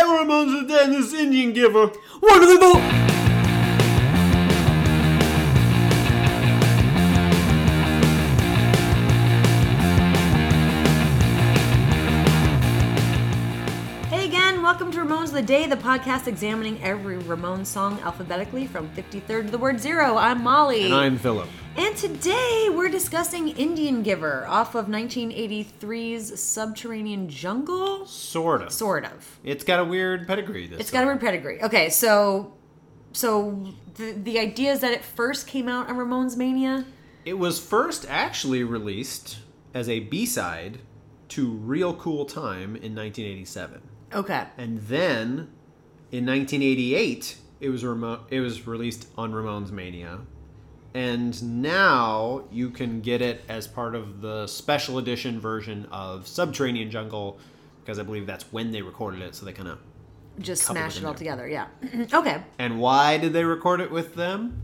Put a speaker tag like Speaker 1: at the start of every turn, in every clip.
Speaker 1: Jones and Dennis Indian Giver.
Speaker 2: What are the mo-
Speaker 3: Hey again, welcome to Ramones of the Day, the podcast examining every Ramones song alphabetically from 53rd to the word zero. I'm Molly.
Speaker 1: And I'm Philip.
Speaker 3: And today we're discussing Indian Giver off of 1983's Subterranean Jungle.
Speaker 1: Sort of.
Speaker 3: Sort of.
Speaker 1: It's got a weird pedigree. This
Speaker 3: It's got a weird pedigree. Okay, so so the, the idea is that it first came out on Ramones Mania.
Speaker 1: It was first actually released as a B-side to Real Cool Time in 1987.
Speaker 3: Okay.
Speaker 1: And then in 1988, it was remo- it was released on Ramones Mania. And now you can get it as part of the special edition version of Subterranean Jungle because I believe that's when they recorded it, so they kind of
Speaker 3: Just
Speaker 1: Couple
Speaker 3: smash
Speaker 1: it
Speaker 3: it
Speaker 1: in
Speaker 3: all
Speaker 1: there.
Speaker 3: together, yeah. okay.
Speaker 1: And why did they record it with them?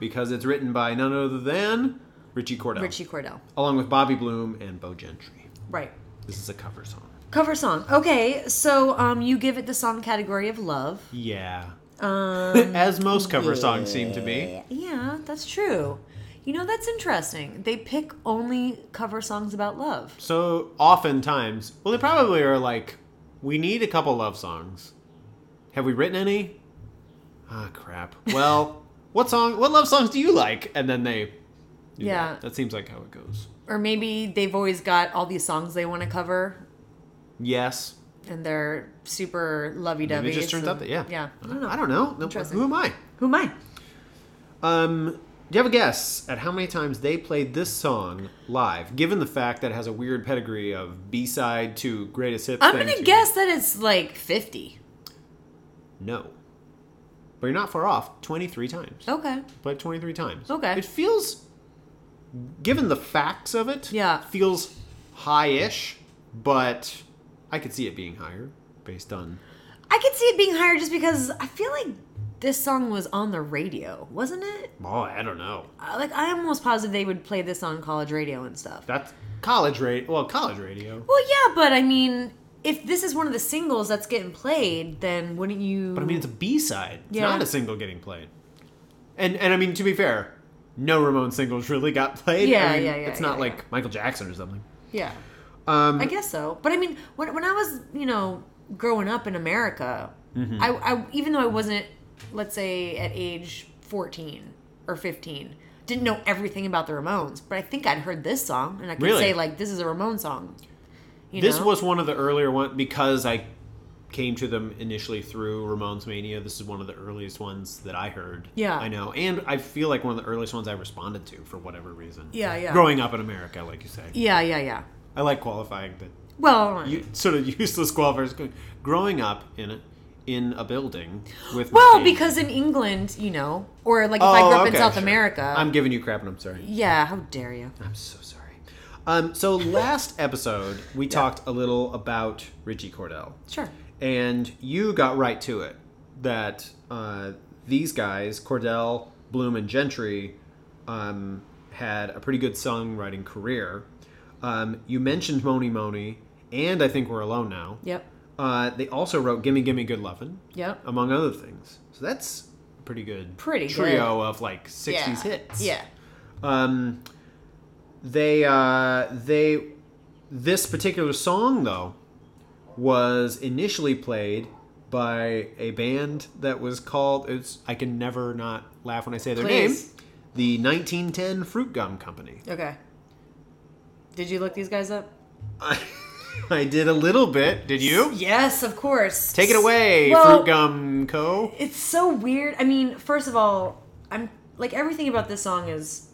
Speaker 1: Because it's written by none other than Richie Cordell,
Speaker 3: Richie Cordell.
Speaker 1: along with Bobby Bloom and Bo Gentry.
Speaker 3: Right.
Speaker 1: This is a cover song.
Speaker 3: Cover song. Okay, so um, you give it the song category of love.
Speaker 1: Yeah. As most cover songs seem to be.
Speaker 3: Um, Yeah, that's true. You know, that's interesting. They pick only cover songs about love.
Speaker 1: So oftentimes, well, they probably are like, we need a couple love songs. Have we written any? Ah, crap. Well, what song? What love songs do you like? And then they. do
Speaker 3: Yeah.
Speaker 1: That. that seems like how it goes.
Speaker 3: Or maybe they've always got all these songs they want to cover
Speaker 1: Yes.
Speaker 3: and they're super lovey dovey.
Speaker 1: Maybe it just turns out that yeah.
Speaker 3: Yeah.
Speaker 1: I don't know. I don't know. No,
Speaker 3: Interesting.
Speaker 1: who am I?
Speaker 3: Who am I?
Speaker 1: Um, do you have a guess at how many times they played this song live? Given the fact that it has a weird pedigree of B side to greatest hits.
Speaker 3: I'm
Speaker 1: thing
Speaker 3: going to
Speaker 1: to-
Speaker 3: guess that it's like 50.
Speaker 1: No, but you're not far off. Twenty three times.
Speaker 3: Okay.
Speaker 1: Played twenty three times.
Speaker 3: Oh. Okay.
Speaker 1: It feels, given the facts of it,
Speaker 3: Yeah.
Speaker 1: feels high-ish, but I could see it being higher based on.
Speaker 3: I could see it being higher just because I feel like this song was on the radio, wasn't it?
Speaker 1: Oh, I don't know.
Speaker 3: Uh, Like, I'm almost positive they would play this on college radio and stuff.
Speaker 1: That's college radio. Well, college radio.
Speaker 3: Well, yeah, but I mean, if this is one of the singles that's getting played, then wouldn't you?
Speaker 1: But I mean, it's a B side. It's
Speaker 3: Yeah.
Speaker 1: not a single getting played. And and I mean, to be fair, no Ramon singles really got played. I
Speaker 3: Yeah,
Speaker 1: mean,
Speaker 3: yeah, yeah,
Speaker 1: It's not
Speaker 3: yeah,
Speaker 1: like
Speaker 3: yeah.
Speaker 1: Michael Jackson or something.
Speaker 3: yeah,
Speaker 1: Um,
Speaker 3: I guess so. But I mean, when when I was you know growing up in America,
Speaker 1: Mm-hmm.
Speaker 3: I, I even though I wasn't, let's say at age fourteen or fifteen, didn't know everything about the Ramones, but I think I'd heard this song and I could
Speaker 1: Really?
Speaker 3: say like this is a Ramone song. You
Speaker 1: this
Speaker 3: know?
Speaker 1: was one of the earlier ones because I came to them initially through Ramon's Mania. This is one of the earliest ones that I heard.
Speaker 3: Yeah.
Speaker 1: I know, and I feel like one of the earliest ones I responded to for whatever reason.
Speaker 3: Yeah, yeah.
Speaker 1: Growing up in America, like you say,
Speaker 3: yeah, yeah, yeah.
Speaker 1: I like qualifying that
Speaker 3: Well,
Speaker 1: you, sort of useless qualifiers. Growing up in a, in a building with
Speaker 3: well,
Speaker 1: machines.
Speaker 3: because in England, you know, or like if I grew up in
Speaker 1: Oh, okay,
Speaker 3: South
Speaker 1: sure.
Speaker 3: America,
Speaker 1: I'm giving you crap and I'm sorry.
Speaker 3: yeah, how dare you?
Speaker 1: I'm so sorry. Um, so last episode, we talked a little about Richie Cordell.
Speaker 3: Sure.
Speaker 1: And you got right to it that uh, these guys, Cordell, Bloom, and Gentry, um, had a pretty good songwriting career. Um, you mentioned Moni Moni, and I think we're alone now.
Speaker 3: Yep.
Speaker 1: Uh, they also wrote "Gimme Gimme Good Lovin',"
Speaker 3: Yep.
Speaker 1: among other things. So that's a pretty good
Speaker 3: Pretty
Speaker 1: trio of like '60s hits.
Speaker 3: Yeah.
Speaker 1: Um, they uh, they this particular song though was initially played by a band that was called it's I can never not laugh when I say their
Speaker 3: Please.
Speaker 1: name, the 1910 Fruit Gum Company.
Speaker 3: Okay. Did you look these guys up?
Speaker 1: I, I did a little bit. Did you?
Speaker 3: Yes, of course.
Speaker 1: Take it away,
Speaker 3: Well-
Speaker 1: Fruit Gum Co.
Speaker 3: It's so weird. I mean, first of all, I'm like everything about this song is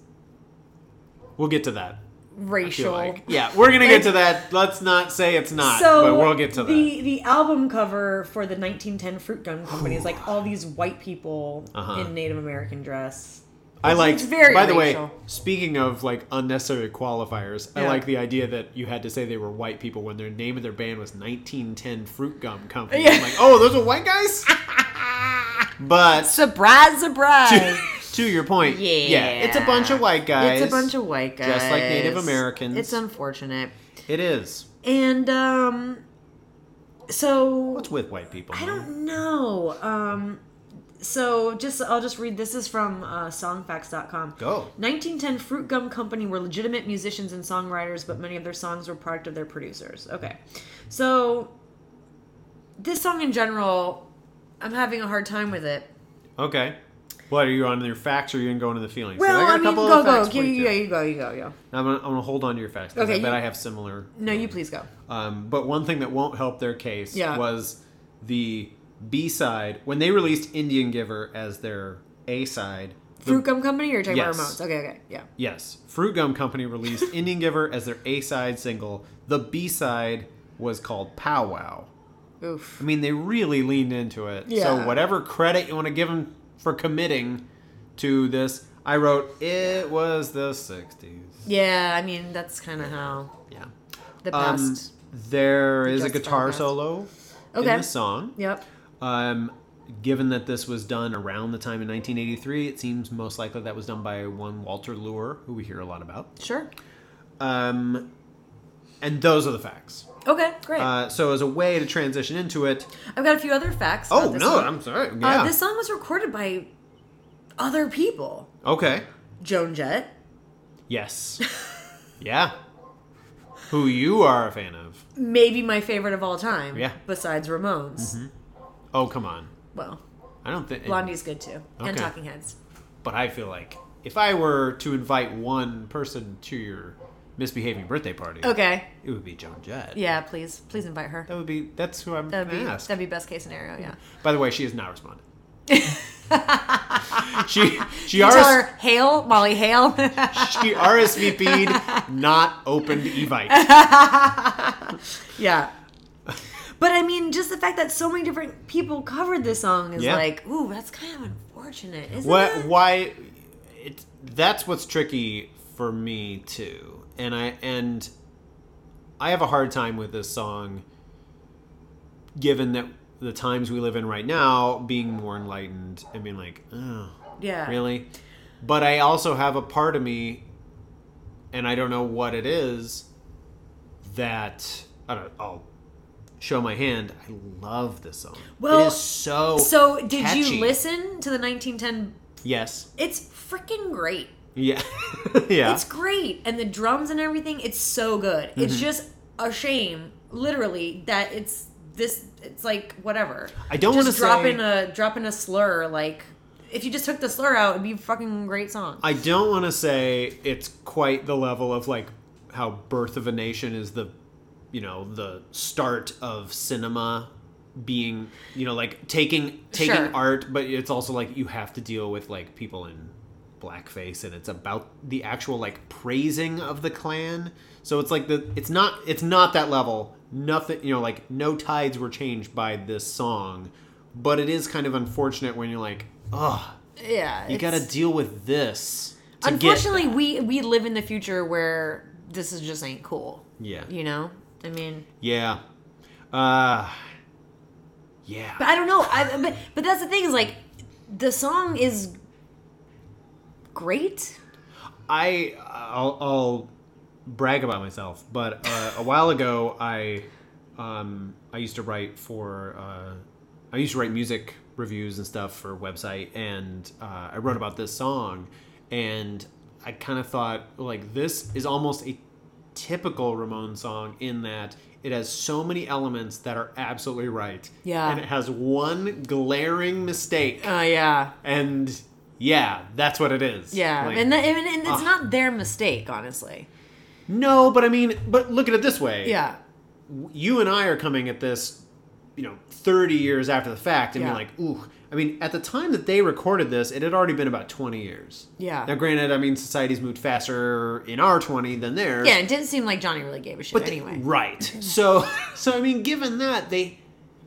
Speaker 1: We'll get to that. I feel
Speaker 3: racial.
Speaker 1: like. Yeah, we're gonna get to that. Let's not say it's not, but we'll get to that.
Speaker 3: the the album cover for the 1910 Fruit Gun Company is like all these white people
Speaker 1: Uh-huh.
Speaker 3: in Native American dress.
Speaker 1: I like.
Speaker 3: it's very
Speaker 1: by the way,
Speaker 3: racial.
Speaker 1: speaking of like unnecessary qualifiers, I
Speaker 3: Yeah.
Speaker 1: like the idea that you had to say they were white people when their name of their band was 1910 Fruit Gum Company.
Speaker 3: Yeah.
Speaker 1: I'm like, oh, those are white guys. but
Speaker 3: Surprise, surprise!
Speaker 1: to your point,
Speaker 3: Yeah.
Speaker 1: it's a bunch of white guys.
Speaker 3: it's a bunch of white guys,
Speaker 1: Just like Native Americans.
Speaker 3: It's unfortunate.
Speaker 1: It is.
Speaker 3: And um So
Speaker 1: What's with white people?
Speaker 3: I
Speaker 1: man?
Speaker 3: don't know. Um, so just I'll just read. This is from uh, songfacts.com.
Speaker 1: Go.
Speaker 3: 1910 Fruit Gum Company were legitimate musicians and songwriters, but many of their songs were product of their producers. Okay, so this song in general, I'm having a hard time with it.
Speaker 1: Okay. What are you on your facts or are you gonna go into the feelings? 'Cause
Speaker 3: Well,
Speaker 1: got
Speaker 3: I,
Speaker 1: a
Speaker 3: mean,
Speaker 1: couple
Speaker 3: go
Speaker 1: of
Speaker 3: go,
Speaker 1: facts
Speaker 3: yeah,
Speaker 1: for you,
Speaker 3: yeah,
Speaker 1: too.
Speaker 3: you go, you go, yeah.
Speaker 1: I'm gonna, I'm gonna hold on to your facts because
Speaker 3: Okay,
Speaker 1: I bet
Speaker 3: you-
Speaker 1: I have similar.
Speaker 3: No, you please go.
Speaker 1: Um, but one thing that won't help their case
Speaker 3: Yeah.
Speaker 1: was the B side when they released Indian Giver as their A side. the-
Speaker 3: Fruit Gum Company or Jaguar
Speaker 1: Yes.
Speaker 3: Ramones? Okay, okay, yeah.
Speaker 1: yes, Fruit Gum Company released Indian Giver as their A side single. The B side was called Pow Wow. I
Speaker 3: Oof.
Speaker 1: mean, they really leaned into it.
Speaker 3: Yeah.
Speaker 1: So whatever credit you want to give them for committing to this, I wrote it was the '60s.
Speaker 3: Yeah, I mean that's kind of how
Speaker 1: Yeah.
Speaker 3: the
Speaker 1: Um,
Speaker 3: past.
Speaker 1: there is a
Speaker 3: Justify the
Speaker 1: guitar
Speaker 3: past.
Speaker 1: solo
Speaker 3: Okay.
Speaker 1: in the song.
Speaker 3: yep.
Speaker 1: Um, given that this was done around the time in 1983, it seems most likely that was done by one Walter Lure, who we hear a lot about.
Speaker 3: Sure.
Speaker 1: Um, and those are the facts.
Speaker 3: Okay, great.
Speaker 1: Uh, so as a way to transition into it,
Speaker 3: I've got a few other facts. about
Speaker 1: oh
Speaker 3: this
Speaker 1: no,
Speaker 3: song.
Speaker 1: I'm sorry.
Speaker 3: Uh,
Speaker 1: Yeah.
Speaker 3: this song was recorded by other people.
Speaker 1: okay.
Speaker 3: Joan Jett.
Speaker 1: Yes. yeah. Who you are a fan of?
Speaker 3: Maybe my favorite of all time.
Speaker 1: Yeah.
Speaker 3: Besides Ramones.
Speaker 1: Oh come on.
Speaker 3: Well,
Speaker 1: I don't think.
Speaker 3: Blondie's good too. And
Speaker 1: Okay.
Speaker 3: Talking Heads.
Speaker 1: But I feel like if I were to invite one person to your misbehaving birthday party,
Speaker 3: Okay.
Speaker 1: it would be Joan Jett.
Speaker 3: Yeah, please. Please invite her.
Speaker 1: That would be. That's who I'm
Speaker 3: That'd
Speaker 1: gonna
Speaker 3: be
Speaker 1: ask.
Speaker 3: that'd be best case scenario, yeah.
Speaker 1: By the way, she has not responded. she she
Speaker 3: You tell
Speaker 1: RS,
Speaker 3: her Hail, Molly Hail.
Speaker 1: she RSVP'd, not opened Evite.
Speaker 3: yeah. But I mean, just the fact that so many different people covered this song is
Speaker 1: Yeah.
Speaker 3: like, ooh, that's kind of unfortunate, isn't
Speaker 1: What?
Speaker 3: it?
Speaker 1: Why? It, that's what's tricky for me too, and I and I have a hard time with this song, given that the times we live in right now, being more enlightened and being like, oh,
Speaker 3: Yeah.
Speaker 1: really but i also have a part of me and i don't know what it is that i don't i'll show my hand i love this song it
Speaker 3: Well,
Speaker 1: is so
Speaker 3: So, did
Speaker 1: catchy.
Speaker 3: you listen to the 1910?
Speaker 1: yes
Speaker 3: It's freaking great.
Speaker 1: yeah yeah
Speaker 3: It's great. And the drums and everything, it's so good.
Speaker 1: Mm-hmm.
Speaker 3: It's just a shame, literally, that it's this it's like whatever.
Speaker 1: I don't
Speaker 3: just
Speaker 1: wanna
Speaker 3: drop
Speaker 1: say-
Speaker 3: in a drop in a slur like if you just took the slur out, it'd be a fucking great song.
Speaker 1: i don't want to say it's quite the level of like how birth of a nation is the you know the start of cinema being you know like taking taking
Speaker 3: Sure.
Speaker 1: art but it's also like you have to deal with like people in blackface and it's about the actual like praising of the clan so it's like the it's not it's not that level nothing you know like no tides were changed by this song but it is kind of unfortunate when you're like ugh
Speaker 3: yeah.
Speaker 1: you gotta deal with this to get
Speaker 3: Unfortunately, we we live in the future where this is just ain't cool.
Speaker 1: Yeah.
Speaker 3: You know? I mean,
Speaker 1: Yeah. Uh Yeah.
Speaker 3: But I don't know. I, but but that's the thing is like the song is great.
Speaker 1: I I'll, I'll brag about myself, but uh, a while ago I um I used to write for uh I used to write music reviews and stuff for a website and uh, I wrote about this song and I kind of thought like this is almost a typical Ramon song in that it has so many elements that are absolutely right.
Speaker 3: Yeah.
Speaker 1: And it has one glaring mistake.
Speaker 3: Oh yeah,
Speaker 1: And yeah, that's what it is.
Speaker 3: yeah.
Speaker 1: Like-
Speaker 3: and, the, and and it's
Speaker 1: Ah.
Speaker 3: not their mistake, honestly.
Speaker 1: no, but I mean, but look at it this way.
Speaker 3: Yeah,
Speaker 1: You and I are coming at this, you know, 30 years after the fact and
Speaker 3: Yeah.
Speaker 1: being like, ooh. I mean, at the time that they recorded this, it had already been about 20 years.
Speaker 3: Yeah.
Speaker 1: Now, granted, I mean, society's moved faster in our 20 than theirs.
Speaker 3: yeah. It didn't seem like Johnny really gave a shit
Speaker 1: But they-
Speaker 3: anyway.
Speaker 1: right. So, so I mean, given that, they.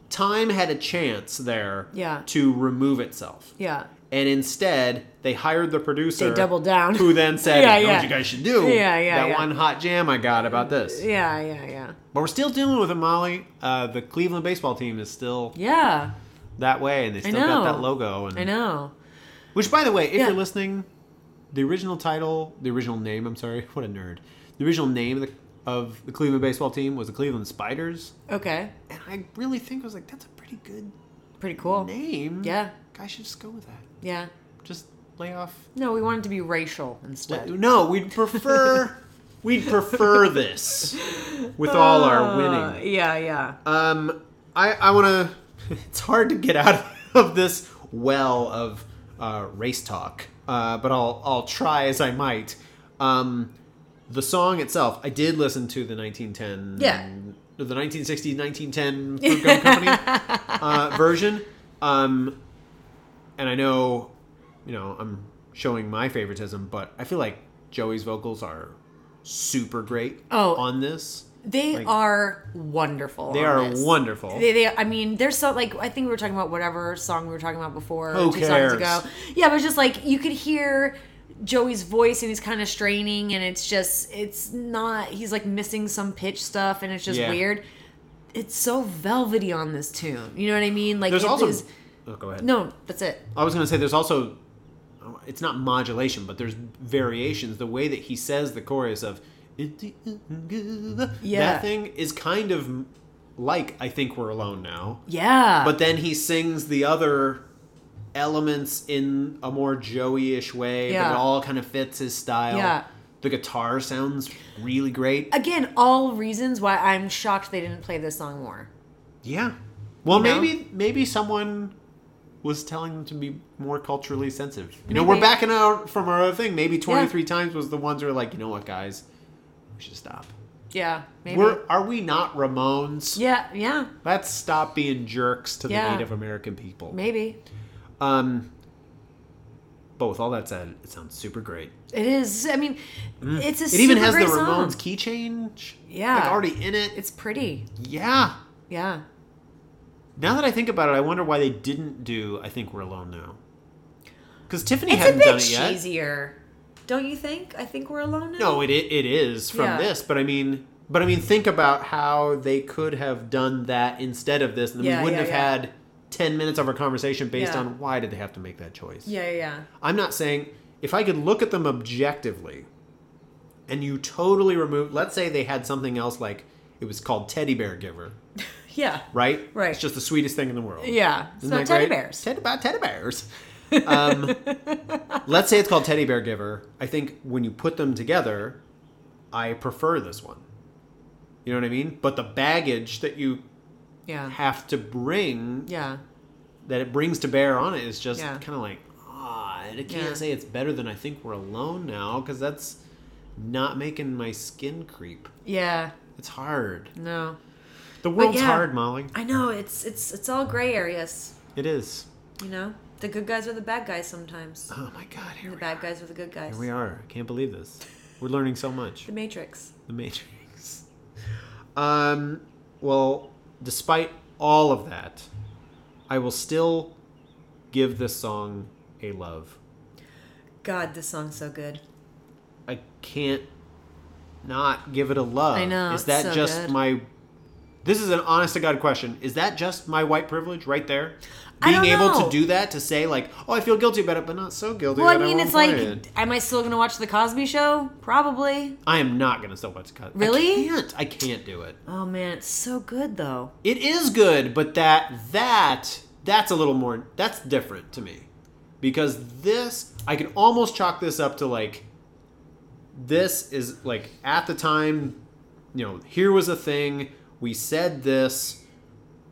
Speaker 1: Time had a chance there
Speaker 3: Yeah.
Speaker 1: to remove itself.
Speaker 3: yeah,
Speaker 1: And instead, they hired the producer.
Speaker 3: They doubled down.
Speaker 1: Who then said,
Speaker 3: Yeah,
Speaker 1: I know
Speaker 3: yeah.
Speaker 1: what you guys should do.
Speaker 3: Yeah, yeah,
Speaker 1: That
Speaker 3: yeah.
Speaker 1: one hot jam I got about this.
Speaker 3: yeah, yeah, yeah,
Speaker 1: But we're still dealing with it, Molly. Uh, the Cleveland baseball team is still
Speaker 3: yeah.
Speaker 1: that way, and they still
Speaker 3: know.
Speaker 1: got that logo. And
Speaker 3: I know.
Speaker 1: which, by the way, if
Speaker 3: Yeah.
Speaker 1: you're listening, the original title, the original name. I'm sorry, what a nerd. The original name of the of the Cleveland baseball team was the Cleveland Spiders,
Speaker 3: Okay.
Speaker 1: and I really think I was like, that's a pretty good
Speaker 3: Pretty cool.
Speaker 1: name.
Speaker 3: Oh, Yeah.
Speaker 1: I should just go with that.
Speaker 3: Yeah.
Speaker 1: Just lay off.
Speaker 3: No, we wanted to be racial instead.
Speaker 1: No, we'd prefer we'd prefer this with all our
Speaker 3: Uh,
Speaker 1: winning.
Speaker 3: yeah, yeah.
Speaker 1: Um, I I want to. It's hard to get out of this well of uh, race talk, uh, but I'll I'll try as I might. Um, the song itself, I did listen to the 1910,
Speaker 3: Yeah.
Speaker 1: the 1960 1910 Food Gum Company uh, version, um, and I know, you know, I'm showing my favoritism, but I feel like Joey's vocals are super great
Speaker 3: Oh.
Speaker 1: on this.
Speaker 3: They
Speaker 1: Like-
Speaker 3: are wonderful.
Speaker 1: They
Speaker 3: on
Speaker 1: are
Speaker 3: this.
Speaker 1: wonderful.
Speaker 3: They, they, I mean, they're so like I think we were talking about whatever song we were talking about before
Speaker 1: Who
Speaker 3: two
Speaker 1: cares?
Speaker 3: songs ago. Yeah, but it's just like you could hear Joey's voice and he's kind of straining, and it's just it's not. He's like missing some pitch stuff, and it's just
Speaker 1: Yeah.
Speaker 3: weird. It's so velvety on this tune. You know what I mean? Like
Speaker 1: There's
Speaker 3: it
Speaker 1: also
Speaker 3: is-
Speaker 1: oh, go ahead.
Speaker 3: no. That's it.
Speaker 1: I was going to say there's also it's not modulation, but there's variations. The way that he says the chorus of
Speaker 3: Yeah.
Speaker 1: that thing is kind of like I think we're alone now.
Speaker 3: Yeah.
Speaker 1: But then he sings the other elements in a more Joey-ish way, but
Speaker 3: Yeah.
Speaker 1: it all kind of fits his style.
Speaker 3: Yeah.
Speaker 1: The guitar sounds really great.
Speaker 3: again, all reasons why I'm shocked they didn't play this song more.
Speaker 1: Yeah. Well,
Speaker 3: You know?
Speaker 1: maybe maybe someone was telling them to be more culturally sensitive. You know,
Speaker 3: Maybe.
Speaker 1: we're backing out from our other thing. Maybe twenty three times was the ones who were like, you know what, guys, we should stop.
Speaker 3: Yeah. Maybe.
Speaker 1: We're are we not Ramones?
Speaker 3: yeah. Yeah.
Speaker 1: Let's stop being jerks to
Speaker 3: Yeah.
Speaker 1: the Native American people.
Speaker 3: Maybe.
Speaker 1: Um. But with all that said, it sounds super great.
Speaker 3: It is. I mean, it's a.
Speaker 1: Mm. It even
Speaker 3: super
Speaker 1: has the
Speaker 3: great
Speaker 1: Ramones
Speaker 3: Song.
Speaker 1: key change.
Speaker 3: Yeah.
Speaker 1: like already in it.
Speaker 3: It's pretty.
Speaker 1: Yeah.
Speaker 3: Yeah.
Speaker 1: Now that I think about it, I wonder why they didn't do "I Think We're Alone Now." Because Tiffany
Speaker 3: It's a
Speaker 1: hadn't
Speaker 3: bit
Speaker 1: done it yet.
Speaker 3: cheesier, don't you think? I think we're alone now.
Speaker 1: No, it i- it is from
Speaker 3: Yeah.
Speaker 1: this, but I mean, but I mean, think about how they could have done that instead of this, and then
Speaker 3: Yeah,
Speaker 1: we wouldn't
Speaker 3: yeah,
Speaker 1: have had ten minutes of our conversation based
Speaker 3: Yeah.
Speaker 1: on why did they have to make that choice.
Speaker 3: Yeah, yeah, yeah.
Speaker 1: I'm not saying if I could look at them objectively, and you totally remove. Let's say they had something else like it was called Teddy Bear Giver,
Speaker 3: Yeah.
Speaker 1: right?
Speaker 3: Right.
Speaker 1: It's just the sweetest thing in the world.
Speaker 3: Yeah. It's
Speaker 1: Isn't
Speaker 3: not
Speaker 1: that
Speaker 3: teddy
Speaker 1: great?
Speaker 3: bears.
Speaker 1: Teddy, about teddy bears. Um, let's say it's called Teddy Bear Giver. I think when you put them together, I prefer this one. You know what I mean? But the baggage that you
Speaker 3: yeah.
Speaker 1: have to bring,
Speaker 3: Yeah.
Speaker 1: that it brings to bear on it, is just
Speaker 3: Yeah.
Speaker 1: kind of like, ah, I can't
Speaker 3: Yeah.
Speaker 1: say it's better than I think we're alone now because that's not making my skin creep.
Speaker 3: Yeah.
Speaker 1: It's hard.
Speaker 3: No.
Speaker 1: The world's
Speaker 3: yeah.
Speaker 1: hard, Molly.
Speaker 3: I know it's it's it's all gray areas,
Speaker 1: It is.
Speaker 3: you know? The good guys are the bad guys sometimes.
Speaker 1: Oh my God, here
Speaker 3: The
Speaker 1: we are.
Speaker 3: bad guys are the good guys.
Speaker 1: Here we are. I can't believe this. We're learning so much.
Speaker 3: The Matrix.
Speaker 1: The Matrix. Um, well, despite all of that, I will still give this song a love.
Speaker 3: God, this song's so good.
Speaker 1: I can't not give it a love.
Speaker 3: I know,
Speaker 1: Is
Speaker 3: it's
Speaker 1: that
Speaker 3: so
Speaker 1: just
Speaker 3: good.
Speaker 1: my? This is an honest to god question. Is that just my white privilege right there?
Speaker 3: I
Speaker 1: Being
Speaker 3: don't
Speaker 1: able
Speaker 3: know.
Speaker 1: to do that to say like, oh, I feel guilty about it, but not so guilty.
Speaker 3: Well, I
Speaker 1: that
Speaker 3: mean,
Speaker 1: won't
Speaker 3: it's
Speaker 1: play
Speaker 3: like,
Speaker 1: it."
Speaker 3: am I still gonna watch the Cosby Show? Probably.
Speaker 1: I am not gonna still watch cut.
Speaker 3: Really?
Speaker 1: I can't. I can't do it.
Speaker 3: Oh man, it's so good though.
Speaker 1: It is good, but that that that's a little more that's different to me. Because this I can almost chalk this up to like this is like at the time, you know, here was a thing, we said this,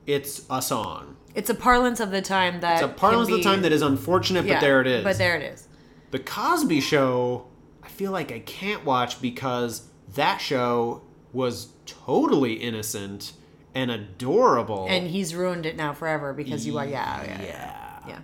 Speaker 1: it's a song.
Speaker 3: It's a parlance of the time that
Speaker 1: It's a parlance
Speaker 3: can
Speaker 1: of the time
Speaker 3: be-
Speaker 1: that is unfortunate,
Speaker 3: Yeah,
Speaker 1: but there it is.
Speaker 3: But there it is.
Speaker 1: The Cosby Show, I feel like I can't watch because that show was totally innocent and adorable.
Speaker 3: And he's ruined it now forever because you are yeah yeah yeah. yeah.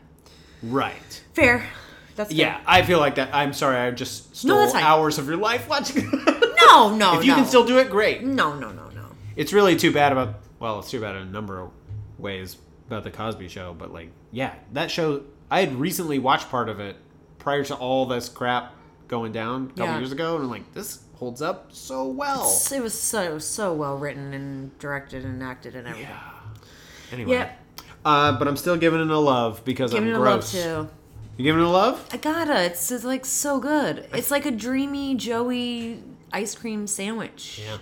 Speaker 1: Right.
Speaker 3: Fair. That's fair.
Speaker 1: Yeah, I feel like that. I'm sorry, I just
Speaker 3: No,
Speaker 1: stole
Speaker 3: that's fine.
Speaker 1: hours of your life watching.
Speaker 3: No, no,
Speaker 1: if you
Speaker 3: no.
Speaker 1: can still do it, great.
Speaker 3: no no no no.
Speaker 1: It's really too bad about. Well, it's too bad in a number of ways about the Cosby Show, but like, yeah, that show. I had recently watched part of it prior to all this crap going down a couple
Speaker 3: Yeah.
Speaker 1: years ago, and I'm like, this holds up so well.
Speaker 3: It was so so well written and directed and acted and everything.
Speaker 1: yeah. Anyway.
Speaker 3: Yeah.
Speaker 1: Uh, but I'm still giving it a love because
Speaker 3: Giving
Speaker 1: I'm
Speaker 3: it a
Speaker 1: gross.
Speaker 3: love too.
Speaker 1: You giving it a love?
Speaker 3: I gotta. It's, it's like so good. It's like a dreamy Joey ice cream sandwich.
Speaker 1: Yeah.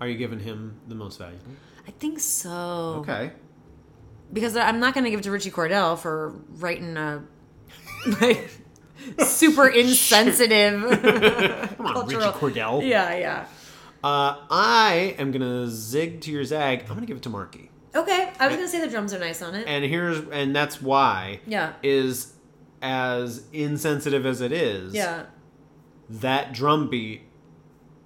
Speaker 1: Are you giving him the most value?
Speaker 3: I think so.
Speaker 1: Okay.
Speaker 3: Because I'm not going to give it to Richie Cordell for writing a like super insensitive.
Speaker 1: Come on, Richie
Speaker 3: Cultural-
Speaker 1: Cordell.
Speaker 3: yeah, yeah.
Speaker 1: Uh, I am gonna zig to your zag. I'm gonna give it to Marky.
Speaker 3: Okay, I was going to say the drums are nice on it.
Speaker 1: And here's and that's why
Speaker 3: yeah.
Speaker 1: is as insensitive as it is.
Speaker 3: Yeah.
Speaker 1: That drum beat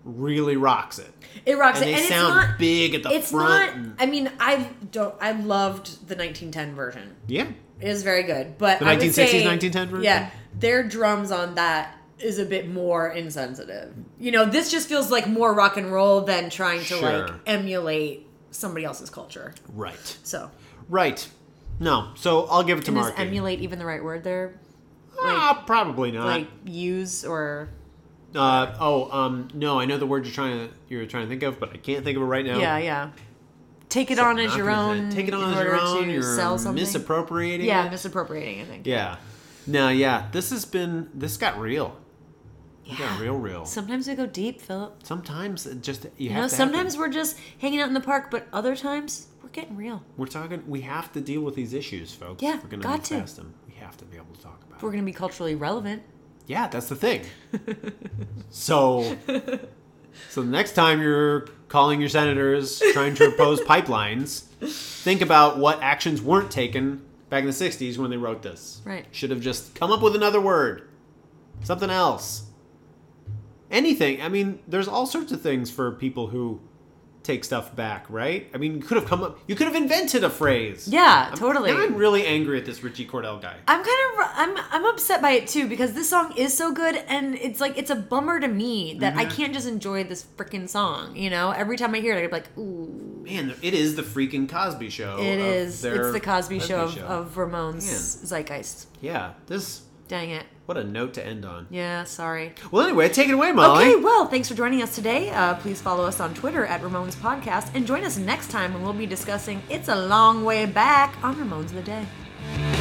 Speaker 1: really rocks it.
Speaker 3: It rocks
Speaker 1: And they
Speaker 3: it. And it's
Speaker 1: sound
Speaker 3: not
Speaker 1: big at the
Speaker 3: it's
Speaker 1: front.
Speaker 3: not
Speaker 1: and-
Speaker 3: I mean, I don't I loved the 1910 version.
Speaker 1: yeah.
Speaker 3: It is very good, but
Speaker 1: The
Speaker 3: I would
Speaker 1: 1960s,
Speaker 3: say-
Speaker 1: 1910 version?
Speaker 3: Yeah, their drums on that is a bit more insensitive. You know, this just feels like more rock and roll than trying to like
Speaker 1: Sure.
Speaker 3: emulate somebody else's culture.
Speaker 1: Right.
Speaker 3: So,
Speaker 1: Right. No. So I'll give it to
Speaker 3: and is
Speaker 1: Marky.
Speaker 3: emulate even the right word there?
Speaker 1: ah, probably not.
Speaker 3: Like use or
Speaker 1: Uh, oh, um, no, I know the word you're trying to you're trying to think of, but I can't think of it right now.
Speaker 3: yeah, yeah. Take it
Speaker 1: So
Speaker 3: on
Speaker 1: I'm
Speaker 3: as
Speaker 1: not
Speaker 3: your
Speaker 1: gonna say it.
Speaker 3: own.
Speaker 1: Take it on
Speaker 3: in
Speaker 1: as your
Speaker 3: order
Speaker 1: own.
Speaker 3: to
Speaker 1: You're
Speaker 3: sell something.
Speaker 1: misappropriating.
Speaker 3: Yeah,
Speaker 1: it.
Speaker 3: misappropriating. I think.
Speaker 1: Yeah. No, yeah. This has been this got real. It got
Speaker 3: Yeah.
Speaker 1: real real.
Speaker 3: Sometimes we go deep, Philip.
Speaker 1: Sometimes it just you
Speaker 3: You
Speaker 1: have
Speaker 3: know,
Speaker 1: to have
Speaker 3: sometimes
Speaker 1: to-
Speaker 3: we're just hanging out in the park, but other times we're getting real.
Speaker 1: we're talking we have to deal with these issues, folks.
Speaker 3: Yeah,
Speaker 1: If we're gonna
Speaker 3: got
Speaker 1: move
Speaker 3: to.
Speaker 1: past them. We have to be able to talk about
Speaker 3: If we're
Speaker 1: it.
Speaker 3: gonna be culturally relevant.
Speaker 1: Yeah, that's the thing. so So the next time you're calling your senators trying to oppose pipelines, think about what actions weren't taken back in the 60s when they wrote this.
Speaker 3: Right.
Speaker 1: Should have just come up with another word. Something else. Anything. I mean, there's all sorts of things for people who take stuff back, right? I mean, you could have come up you could have invented a phrase.
Speaker 3: Yeah,
Speaker 1: I'm-
Speaker 3: totally.
Speaker 1: now I'm really angry at this Richie Cordell guy.
Speaker 3: I'm kind of I'm I'm upset by it too because this song is so good and it's like it's a bummer to me that I can't just enjoy this freaking song. You know, every time I hear it, I'm like, ooh,
Speaker 1: Man, it is the freaking Cosby show.
Speaker 3: it
Speaker 1: of
Speaker 3: is.
Speaker 1: their
Speaker 3: It's the Oh, Cosby, Show of, of
Speaker 1: Man.
Speaker 3: Ramones zeitgeist.
Speaker 1: Yeah, this
Speaker 3: Dang it.
Speaker 1: What a note to end on.
Speaker 3: Yeah, sorry.
Speaker 1: Well, anyway, take it away, Molly.
Speaker 3: Okay, well, thanks for joining us today. Uh, please follow us on Twitter at Ramones Podcast and join us next time when we'll be discussing It's a Long Way Back on Ramones of the Day.